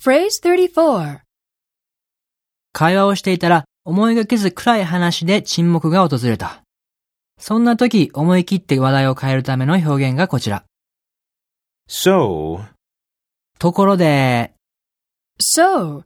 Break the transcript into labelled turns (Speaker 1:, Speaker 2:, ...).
Speaker 1: Phrase 34.
Speaker 2: 会話をしていたら思いがけず暗い話で沈黙が訪れた。そんな時思い切って話題を変えるための表現がこちら。
Speaker 3: So,
Speaker 2: ところで、
Speaker 1: So,